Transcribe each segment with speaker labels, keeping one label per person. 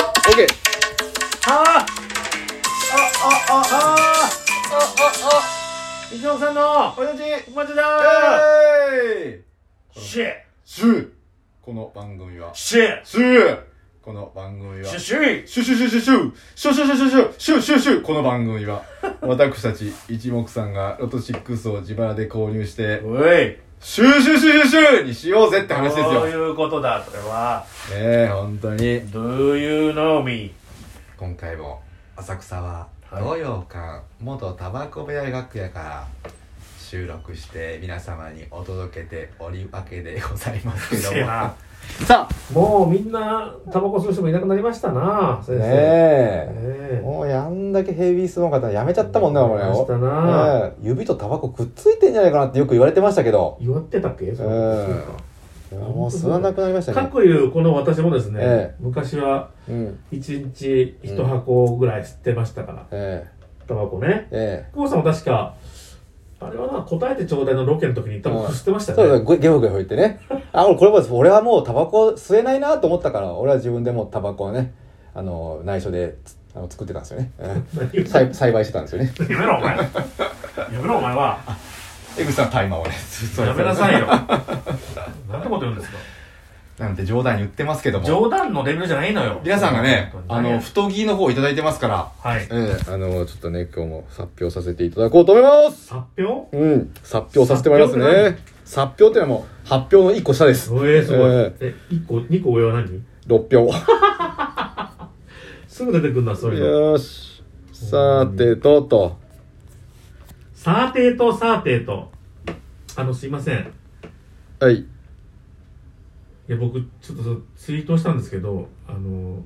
Speaker 1: OK
Speaker 2: あああああ石本さんの
Speaker 1: おやじ
Speaker 2: お待ちだ
Speaker 1: え
Speaker 2: ーシェ
Speaker 1: シュこの番組は
Speaker 2: シェ
Speaker 1: シュこの番組は
Speaker 2: シュシュイ
Speaker 1: シュシュシュシュシュシュシュシュシュシュシュシュシュこの番組は私たち一目さんがロト6を自腹で購入して
Speaker 2: おい
Speaker 1: シュシュシュシュシュにしようぜって話ですよ
Speaker 2: そう
Speaker 1: ね
Speaker 2: いうことだこれは
Speaker 1: え本当に
Speaker 2: Do you know me?
Speaker 1: 今回も浅草は
Speaker 2: はい
Speaker 1: 東洋館元タバコ部屋楽屋から収録して皆様にお届けておりわけでございますけど
Speaker 2: うるせえ
Speaker 1: も
Speaker 2: な
Speaker 1: さあ
Speaker 3: もうみんなタバコ吸う人もいなくなりましたな先生ね
Speaker 4: ねえ
Speaker 3: え
Speaker 4: もうやんだけヘビースモーカーってやめちゃったもんね、俺
Speaker 3: やめましたな
Speaker 4: ねえ指とタバコくっついてんじゃないかなってよく言われてましたけど。
Speaker 3: 言わってたっけそれ
Speaker 4: うんいやもう吸わなくなりました
Speaker 3: か
Speaker 4: ね。
Speaker 3: くいうこの私もですね、
Speaker 4: ええ
Speaker 3: 昔は
Speaker 4: うん。
Speaker 3: 1日1箱ぐらい吸ってましたから、
Speaker 4: え
Speaker 3: タバコね
Speaker 4: え。え
Speaker 3: 久保さんも確かあれはな答えてちょうだいのロケの時にタバコ吸ってまし
Speaker 4: え。
Speaker 3: た
Speaker 4: そうそう、
Speaker 3: ね
Speaker 4: ゲゲホゲホ言ってね。あ、俺これもです。俺はもうタバコ吸えないなと思ったから、俺は自分でもうタバコをね、あの、内緒でつあの作ってたんですよね。うん
Speaker 3: 何 言って
Speaker 4: 栽栽培してたんですよね。
Speaker 2: やめろお前やめろお前は
Speaker 1: 江口さんタイマーをねそう
Speaker 2: やめなさいよなんてこと言うんですか
Speaker 1: なんて冗談言ってますけども
Speaker 2: 冗談のレベルじゃないのよ
Speaker 1: 皆さんがね
Speaker 2: 本当
Speaker 1: あ
Speaker 2: に
Speaker 1: の太着の方いただいてますから
Speaker 2: はい
Speaker 4: ええ。あの、ちょっとね、今日も発表させていただこうと思います
Speaker 3: 発表
Speaker 4: うん、発表させてもらいますね。発表ってのはもう、発表の1個下です
Speaker 3: す。ごいすごい、
Speaker 4: え
Speaker 3: え1個2個上は何
Speaker 4: 6票。
Speaker 3: すぐ出てくるなそういうの
Speaker 4: よーし。さてと、と。
Speaker 3: サーテーとサーテーとあのすいません
Speaker 4: はい。
Speaker 3: いや僕ちょっとそうツイートしたんですけどあの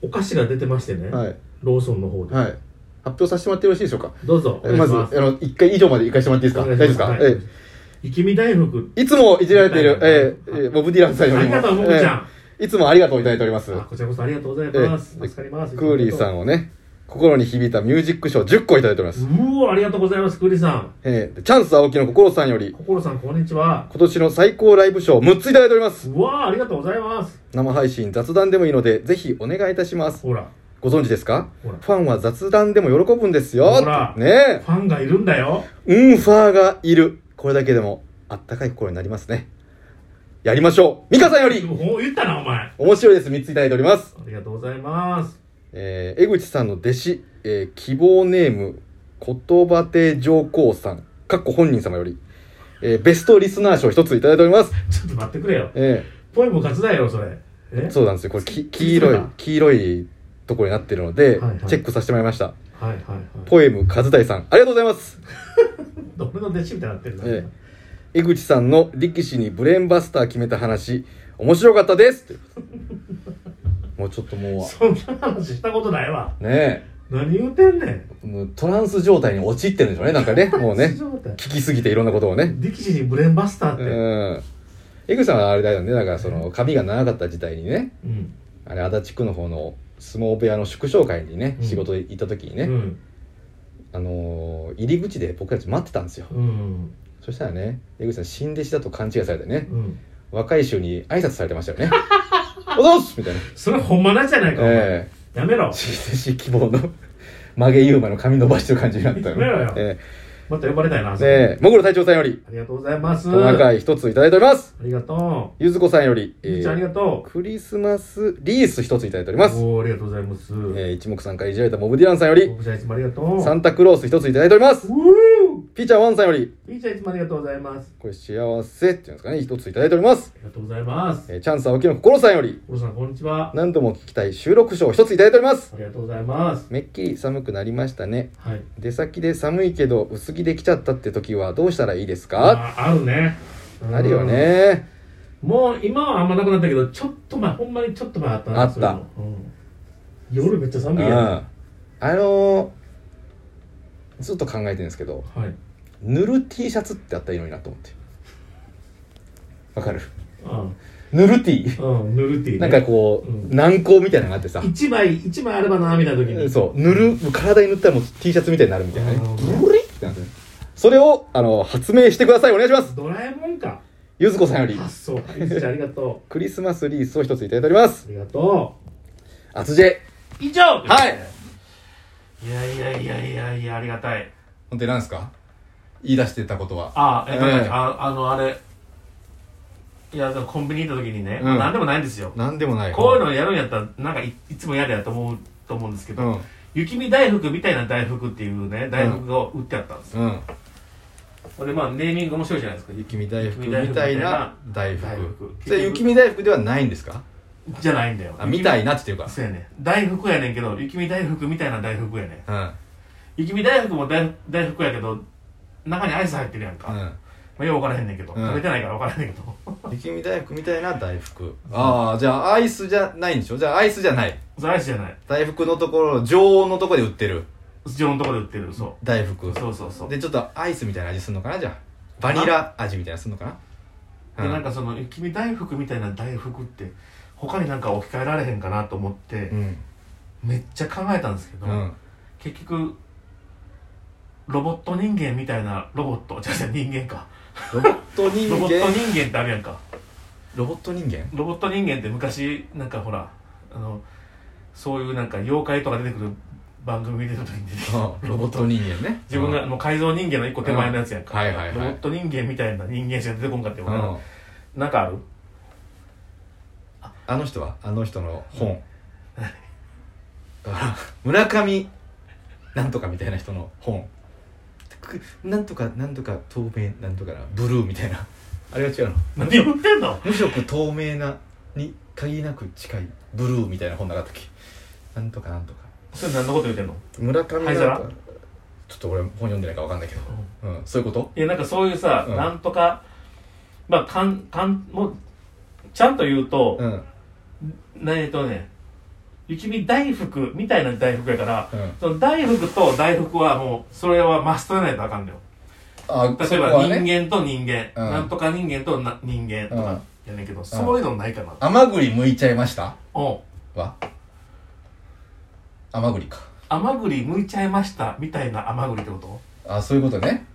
Speaker 3: お菓子が出てましてね、
Speaker 4: はい。
Speaker 3: ローソンの方で、
Speaker 4: はい。発表させてもらってよろしいでしょうか。
Speaker 3: どうぞ
Speaker 4: え
Speaker 3: お願い
Speaker 4: ま
Speaker 3: し
Speaker 4: ず、あ
Speaker 3: ます
Speaker 4: の、1回以上まで行かせてもらっていいですか
Speaker 3: お
Speaker 4: 大
Speaker 3: 願
Speaker 4: 丈夫
Speaker 3: い
Speaker 4: で
Speaker 3: し
Speaker 4: すか
Speaker 3: ますはい
Speaker 4: え
Speaker 3: 雪見大福
Speaker 4: えいつもいじられている、
Speaker 3: はい
Speaker 4: ええええボブ・ディランさんよりも。
Speaker 3: ありがとうボブちゃん
Speaker 4: ええいつもありがとういただいております。
Speaker 3: あこちらこそありがとうございます、
Speaker 4: ええ
Speaker 3: 助かります
Speaker 4: クーリーさん
Speaker 3: う
Speaker 4: をね、心に響いたミュージック賞10個いただいております。
Speaker 3: おありがとうございますクーリーさん
Speaker 4: ええチャンス青木の心さんより、
Speaker 3: 心さんこんにちは
Speaker 4: 今年の最高ライブ賞6ついただいております。
Speaker 3: うわあありがとうございます
Speaker 4: 生配信雑談でもいいのでぜひお願いいたします
Speaker 3: ほら
Speaker 4: ご存知ですか
Speaker 3: ほら
Speaker 4: ファンは雑談でも喜ぶんですよ
Speaker 3: ほら
Speaker 4: ね
Speaker 3: ファンがいるんだよ
Speaker 4: えうんファーがいるこれだけでもあったかい心になりますねやりましょうミカさんより
Speaker 3: お言ったなお前あ
Speaker 4: 面白いです3ついただいております、
Speaker 3: りがとうございます
Speaker 4: えー、江口さんの弟子、えー希望ネーム言葉亭上皇さんかっこ本人様より、えーベストリスナー賞1ついただいております、
Speaker 3: ちょっと待ってくれよ
Speaker 4: え
Speaker 3: ポエム勝ちだよそれえ
Speaker 4: ーそうなんですよこれき黄色い黄色いところになってるので、
Speaker 3: はいはい
Speaker 4: チェックさせてもらいました
Speaker 3: はいはいはい
Speaker 4: ポエム和大さんありがとうございます、
Speaker 3: 俺の弟子みたいになってるな、
Speaker 4: ええ、江口さんの力士にブレーンバスター決めた話面白かったですということでもうちょっとも
Speaker 3: そんな話したことないわ
Speaker 4: うね
Speaker 3: 何言うてんねん
Speaker 4: えもうトランス状態に陥ってるんでしょうねなんか ねもうね
Speaker 3: ちょっと待って
Speaker 4: 聞きすぎていろんなことをね
Speaker 3: 力士にブレーンバスターっ
Speaker 4: う
Speaker 3: て、
Speaker 4: ん江口さんはあれだよねだからその髪が長かった時代にね
Speaker 3: うん
Speaker 4: あれ足立区の方の相撲部屋の縮小会にね
Speaker 3: うん
Speaker 4: 仕事で行った時に
Speaker 3: う
Speaker 4: ね、
Speaker 3: ん
Speaker 4: あのー入り口で僕たち待ってたんですよ
Speaker 3: うん
Speaker 4: そしたらね江口さん新弟子だと勘違いされてね、
Speaker 3: うん
Speaker 4: 若い衆に挨拶されてましたよね。おどうすみたいな。
Speaker 3: それほんまなんじゃないか、お前
Speaker 4: え
Speaker 3: やめろ
Speaker 4: え新弟子希望の曲げユーマの髪伸ばしてる感じになった
Speaker 3: やめろよ
Speaker 4: え
Speaker 3: また呼ばれたいな、あ
Speaker 4: え
Speaker 3: そこ
Speaker 4: ねえ、もぐろ隊長さんより、
Speaker 3: ありがとうございます
Speaker 4: トナカイ一ついただいております。
Speaker 3: ありがと
Speaker 4: ゆずこさんより、
Speaker 3: う、ゆうちゃんありがと
Speaker 4: クリスマスリース一ついただいており
Speaker 3: う
Speaker 4: ます。
Speaker 3: おーありがとうございます、
Speaker 4: ええ一目散からいじられたモブディランさんより、
Speaker 3: 僕ちゃんいつもありがとう
Speaker 4: サンタクロース一ついただいております。
Speaker 3: うう
Speaker 4: ピーちゃんワンさんより、
Speaker 3: ーいちゃんいつもありがとうございます
Speaker 4: これ幸せっていうんですかね、一ついただいております
Speaker 3: あ。りがとうございます
Speaker 4: ええチャンス青木の心さんより、
Speaker 3: おろさんこんにちは
Speaker 4: 何度も聞きたい収録賞一ついただいております。
Speaker 3: ありがとうございます
Speaker 4: めっきり寒くなりましたね。
Speaker 3: はい
Speaker 4: 出先で寒いけど薄着できちゃったって時はどうしたらいいですか
Speaker 3: ああるねうん
Speaker 4: あるよね
Speaker 3: もう今はあんまなくなったけどちょっと前ほんまにちょっと前あったな
Speaker 4: あった
Speaker 3: そういうのうん夜めっちゃ
Speaker 4: う
Speaker 3: 寒
Speaker 4: ん
Speaker 3: いや
Speaker 4: あのー、ずっと考えてるんですけど
Speaker 3: んはい
Speaker 4: ぬる T シャツってあったらいいのになと思ってわかる
Speaker 3: う
Speaker 4: ぬる T
Speaker 3: んうんぬるっていうね
Speaker 4: なんかこう、
Speaker 3: うん
Speaker 4: 軟膏みたいなのがあってさ
Speaker 3: 一枚一枚あればなみたいな時に
Speaker 4: そう塗る体に塗ったらもう T シャツみたいになるみたいなね
Speaker 3: あー
Speaker 4: ブリってなってるそれをあの発明してくださいお願いします
Speaker 3: ドラえもんか
Speaker 4: ゆずこさんより
Speaker 3: 発想ゆずちゃんありがと
Speaker 4: クリスマスリースを一ついただいております
Speaker 3: うありがと
Speaker 5: あつじえ
Speaker 2: 以上
Speaker 5: はい
Speaker 3: いやいやいやいやいや、ありがたい。
Speaker 4: ほんで何ですか言い出してたことは
Speaker 3: あ、え、
Speaker 5: ええ
Speaker 3: なんだっけああの、あれ。いや、でもコンビニ行った時にね、
Speaker 5: うん
Speaker 3: なんでもないんですよ。
Speaker 4: 何でもない
Speaker 3: こういうのやるんやったら、なんかいいつもやれやと思う、と思うんですけど、
Speaker 5: うん
Speaker 3: 雪見大福みたいな大福っていうね、大福が売ってあったんですよ。
Speaker 5: うん
Speaker 3: これまあ、ネーミング面白いじゃないですか。
Speaker 4: 雪見大福みたいな大
Speaker 3: 大
Speaker 4: 福
Speaker 3: 福
Speaker 4: それ雪見大福ではないんですか
Speaker 3: じゃないんだよ。
Speaker 4: あみたいなっていうか
Speaker 3: そうやね大福やねんけど雪見大福みたいな大福やね
Speaker 4: うん
Speaker 3: ん雪見大福も大大福やけど中にアイス入ってるやんか、まあ、よう分からへんねんけど、
Speaker 4: うん
Speaker 3: 食べてないから分からへんねんけど
Speaker 4: うん雪見大福みたいな大福ああじゃあアイスじゃないんでしょじゃあアイスじゃない
Speaker 3: それアイスじゃない
Speaker 4: 大福のところ常温のところで売ってる
Speaker 3: 常温のとこで売ってるそ
Speaker 4: 大福
Speaker 3: うそうそうそうで,、
Speaker 4: でちょっとアイスみたいな味するのかなじゃあバニラ味みたいなのするのかな
Speaker 3: なんかその雪見大福みたいな大福って他になんか置き換えられへんかなと思って、
Speaker 4: うん
Speaker 3: めっちゃ考えたんですけど、
Speaker 4: うん
Speaker 3: 結局ロボット人間みたいなロボットじゃあ人間か
Speaker 4: ロボット人
Speaker 3: ロボット
Speaker 4: 間
Speaker 3: 人間ってあるやんか
Speaker 4: ロボット人間
Speaker 3: ロボット人間って昔なんかほらあのそういうなんか妖怪とか出てくる番組見てる時に出てきた
Speaker 4: うんロボット人間ね
Speaker 3: 自分がもう改造人間の一個手前のやつやんか、
Speaker 4: うんはいはいはい
Speaker 3: ロボット人間みたいな人間しか出てこんかってよ
Speaker 4: うんうん
Speaker 3: なんかある
Speaker 4: あの人はあの人の 本あ村上なんとかみたいな人の本くなんとかなんとか透明なんとかなブルーみたいなあれは違うの
Speaker 3: 何言ってんの
Speaker 4: 無色透明なに限りなく近いブルーみたいな本なかったっけなんとかなんとか
Speaker 3: それ何のこと言ってんの
Speaker 5: 村上なん
Speaker 3: 灰
Speaker 5: か
Speaker 3: 皿
Speaker 4: ちょっと俺本読んでないから分かんないけど、うん、そういうこと
Speaker 3: いやなんかそういうさ、
Speaker 4: うん
Speaker 3: なんとかまあかんかんもうちゃんと言うと、
Speaker 4: うんうん
Speaker 3: なえっとね雪見大福みたいな大福やから、その大福と大福はもうそれはマストやないとあかんのよ
Speaker 4: あ
Speaker 3: 例え
Speaker 4: そこ
Speaker 3: ば
Speaker 4: は
Speaker 3: 人
Speaker 4: ね
Speaker 3: 間と人間、
Speaker 4: うん
Speaker 3: なんとか人間とな人間とかやねんけど、そういうのないかな、
Speaker 4: 甘栗剥いちゃいました
Speaker 3: おう
Speaker 4: は甘栗か
Speaker 3: 甘栗剥いちゃいましたみたいな甘栗ってこと
Speaker 4: あそういうことね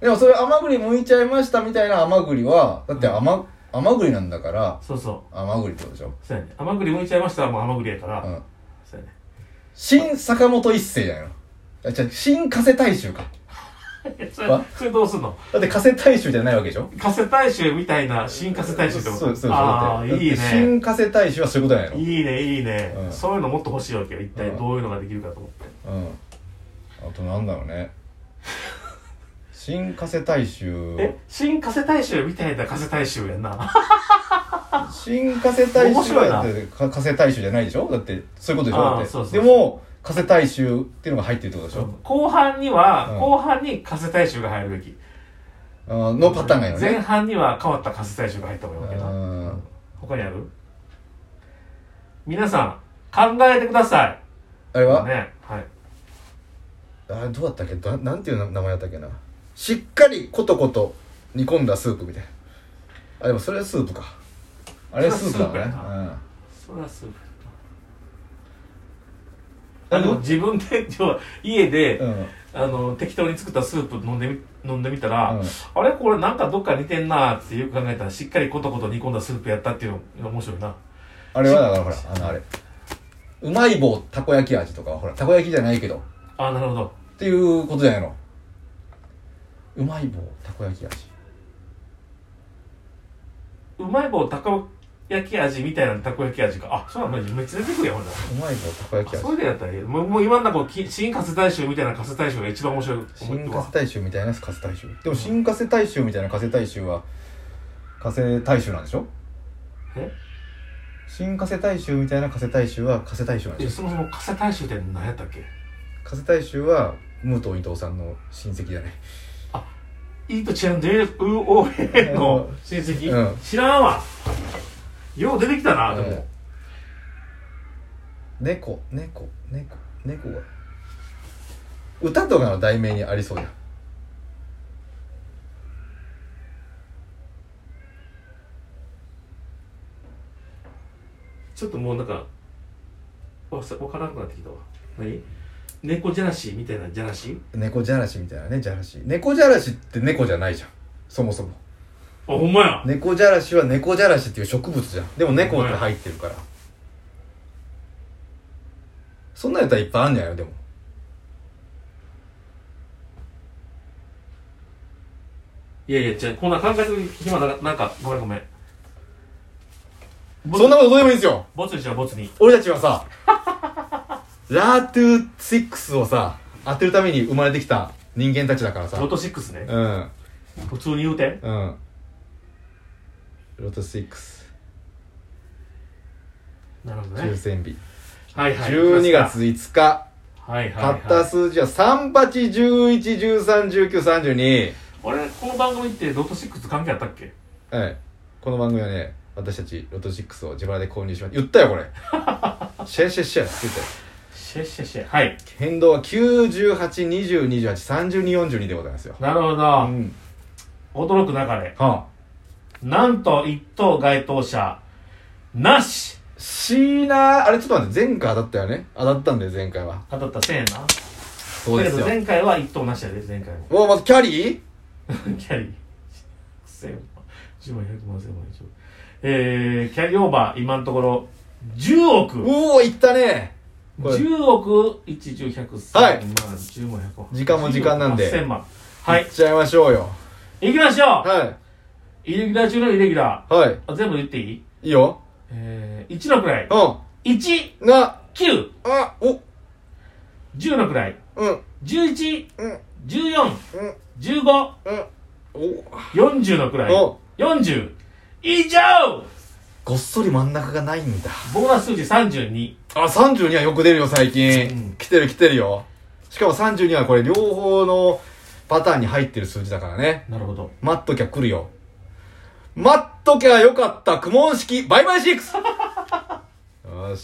Speaker 4: でもそれ甘栗剥いちゃいましたみたいな甘栗はだって甘,、甘栗なんだから
Speaker 3: そうそう
Speaker 4: 甘栗ってことでしょ、
Speaker 3: そうやね甘栗剥いちゃいましたはもう甘栗やから、
Speaker 4: うん、
Speaker 3: そうやね
Speaker 4: 新坂本一世じゃないのあじゃあ新加瀬大衆か
Speaker 3: えそれ
Speaker 4: あ
Speaker 3: それどうすんの
Speaker 4: だって加瀬大衆じゃないわけでしょ
Speaker 3: 加瀬大衆みたいな新加瀬大衆ってこと
Speaker 4: そうそうそう
Speaker 3: ああ
Speaker 4: だ
Speaker 3: い
Speaker 4: って
Speaker 3: い
Speaker 4: だって
Speaker 3: ね
Speaker 4: 新加瀬大衆はそういうことやろ
Speaker 3: いいねいいね、
Speaker 4: うん
Speaker 3: そういうのもっと欲しいわけよ一体どういうのができるかと思って、
Speaker 4: うんあとなんだろう ね新加瀬大衆
Speaker 3: え新加瀬大衆みたいな加瀬大衆やんな
Speaker 4: 新加瀬大
Speaker 3: 面
Speaker 4: 衆
Speaker 3: 白いな
Speaker 4: はだってか加瀬大衆じゃないでしょだってそういうことでしょ
Speaker 3: あー
Speaker 4: だって
Speaker 3: そうそうそう
Speaker 4: でも加瀬大衆っていうのが入ってるってことでしょ、
Speaker 3: 後半には、
Speaker 4: うん
Speaker 3: 後半に加瀬大衆が入るべき
Speaker 4: あーのパターンがいいの
Speaker 3: 前
Speaker 4: ね
Speaker 3: 半には変わった加瀬大衆が入った方がいいわけ
Speaker 4: う
Speaker 3: な。
Speaker 4: ん
Speaker 3: 他にある皆さん、考えてください。
Speaker 4: あれは、
Speaker 3: ね。はい。
Speaker 4: あれどうだったっけだなんていう名前だったっけなしっかりコトコト煮込んだスープみたいなあでもそれはスープかあれはスープだ
Speaker 3: それはスープや
Speaker 4: ね
Speaker 3: それはす
Speaker 4: あ
Speaker 3: あ
Speaker 4: でも
Speaker 3: の、自分で、要は家で、
Speaker 4: うん、うん
Speaker 3: あの、適当に作ったスープ飲んでみ、飲んでみたら、
Speaker 4: うん
Speaker 3: あれこれなんかどっか似てんなーってよく考えたら、しっかりコトコト煮込んだスープやったっていうの面白いな。
Speaker 4: あれはだからほらあのあれうまい棒たこ焼き味とかはほらたこ焼きじゃないけど
Speaker 3: あ、なるほど。
Speaker 4: っていうことじゃないのうまい棒たこ焼き味
Speaker 3: うまい棒たこ焼き味みたいなたこ焼き味か。あ、そうなんだ。めっちゃ出てくるやん、ほんなら
Speaker 4: うまい棒たこ焼き
Speaker 3: あ
Speaker 4: 味
Speaker 3: それでやったらいいもうもう今のとこき新活大衆みたいな活大衆が一番面白い
Speaker 4: 新
Speaker 3: 思
Speaker 4: 加
Speaker 3: っ
Speaker 4: 瀬大衆みたいな加瀬大衆でも新加瀬大衆みたいな加瀬大衆は加瀬大衆なんでしょ
Speaker 3: たわ
Speaker 4: 新加瀬大衆みたいな加瀬大衆は加瀬大衆なん
Speaker 3: え
Speaker 4: で
Speaker 3: いや
Speaker 4: しょ
Speaker 3: そもそも加瀬大衆って何やったっけ
Speaker 4: 加瀬大衆は武藤伊藤さんの親戚じゃない
Speaker 3: イートちゃんでうおへの親戚、
Speaker 4: うん
Speaker 3: 知らんわよう出てきたなでも、
Speaker 4: うん猫猫猫猫が歌とかの題名にありそうじゃん
Speaker 3: ちょっともうなんかわさわからなくなってきたわ何猫じゃらしみたいなじゃらし
Speaker 4: 猫じゃらしみたいなねじゃらし猫じゃらしって猫じゃないじゃんそもそも
Speaker 3: あほんまや
Speaker 4: 猫じゃらしは猫じゃらしっていう植物じゃんでも猫って入ってるからそんなんやったらいっぱいあんねやよでも
Speaker 3: いやいや、じゃあこんな考えすぎ暇な、なんか、ごめんごめん。ボツ
Speaker 4: そんなことどうでもいいんですよ
Speaker 3: ボツにしよう、ボツに。
Speaker 4: 俺たちはさ ラートゥーシックスをさ当てるために生まれてきた人間たちだからさ
Speaker 3: ロト6ね。
Speaker 4: うん
Speaker 3: 普通に言うて。
Speaker 4: うんロト6
Speaker 3: なるほどね
Speaker 4: 抽。選日、
Speaker 3: はいはい。
Speaker 4: 12月。5日
Speaker 3: はいはい、
Speaker 4: 買
Speaker 3: はい。
Speaker 4: った数字は3811131932
Speaker 3: 俺、この番組ってロト6関係あったっけ
Speaker 4: はいこの番組はね私たちロト6を自腹で購入しました言ったよ これシェアシェアシェアって言ったよ
Speaker 3: シェシェシェ。はい。
Speaker 4: 変動は9820283242でございますよ
Speaker 3: なるほ
Speaker 4: う
Speaker 3: ど。
Speaker 4: ん
Speaker 3: 驚く中で。
Speaker 4: は
Speaker 3: なんと、一等該当者、なし
Speaker 4: あしなーあれちょっと待って前回当たったよね当たったんだよ前回は
Speaker 3: 当たった1000円な。
Speaker 4: そう
Speaker 3: だ
Speaker 4: で
Speaker 3: け
Speaker 4: す
Speaker 3: ど
Speaker 4: よ
Speaker 3: 前回は一等なしやで、前回も。
Speaker 4: おまずキャリー
Speaker 3: キャリー。1000万、10万、100万、1000万、1億。えー、キャリーオーバー、今のところ、10億。
Speaker 4: うおいったねこれ
Speaker 3: 10億、1、10、100、1000
Speaker 4: はい
Speaker 3: 万、10万、100万。
Speaker 4: 時間も時間なんで
Speaker 3: 1000万。はい
Speaker 4: っ。ちゃいましょうよ
Speaker 3: 行きましょ
Speaker 4: は
Speaker 3: うイレギュラー中のイレギュラ
Speaker 4: いはい
Speaker 3: ー。あ全部言っていい
Speaker 4: いいよ
Speaker 3: えー、1の位。
Speaker 4: う
Speaker 3: 1、
Speaker 4: んな
Speaker 3: 9、
Speaker 4: あお
Speaker 3: 10の位。
Speaker 4: うん
Speaker 3: 11、
Speaker 4: うん
Speaker 3: 14、
Speaker 4: うん
Speaker 3: 15、
Speaker 4: うん
Speaker 3: 40の位。
Speaker 4: おお
Speaker 3: 40。以上
Speaker 4: ごっそり真ん中がないんだ
Speaker 3: ボーナス数字32。
Speaker 4: あ32はよく出るよ最近、
Speaker 3: うん
Speaker 4: 来てる来てるよしかも32はこれ両方のパターンに入ってる数字だからね
Speaker 3: なるほど。
Speaker 4: 待っときゃ来るよ待っときゃよかった苦悶式バイバイシックス